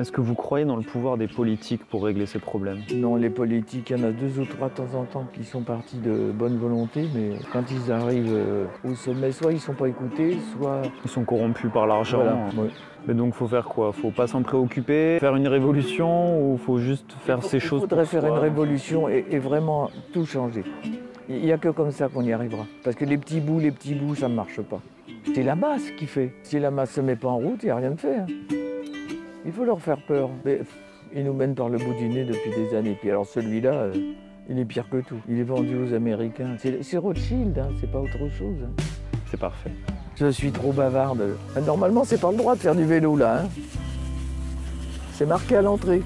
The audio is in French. Est-ce que vous croyez dans le pouvoir des politiques pour régler ces problèmes Non, les politiques, il y en a deux ou trois de temps en temps qui sont partis de bonne volonté, mais quand ils arrivent euh, au sommet, soit ils sont pas écoutés, soit... Ils sont corrompus par l'argent. Voilà. Ouais. Mais donc faut faire quoi Faut pas s'en préoccuper, faire une révolution ou faut juste faire ces Il choses faudrait pour faire soi une révolution et, et vraiment tout changer. Il n'y a que comme ça qu'on y arrivera. Parce que les petits bouts, les petits bouts, ça ne marche pas. C'est la masse qui fait. Si la masse se met pas en route, il n'y a rien de fait. hein. Il faut leur faire peur. Mais pff, ils nous mènent par le bout du nez depuis des années. Puis alors celui-là, euh, il est pire que tout. Il est vendu aux Américains. C'est c'est Rothschild, hein, c'est pas autre chose. hein. C'est parfait. Je suis trop bavarde. Normalement, c'est pas le droit de faire du vélo là. hein. C'est marqué à l'entrée.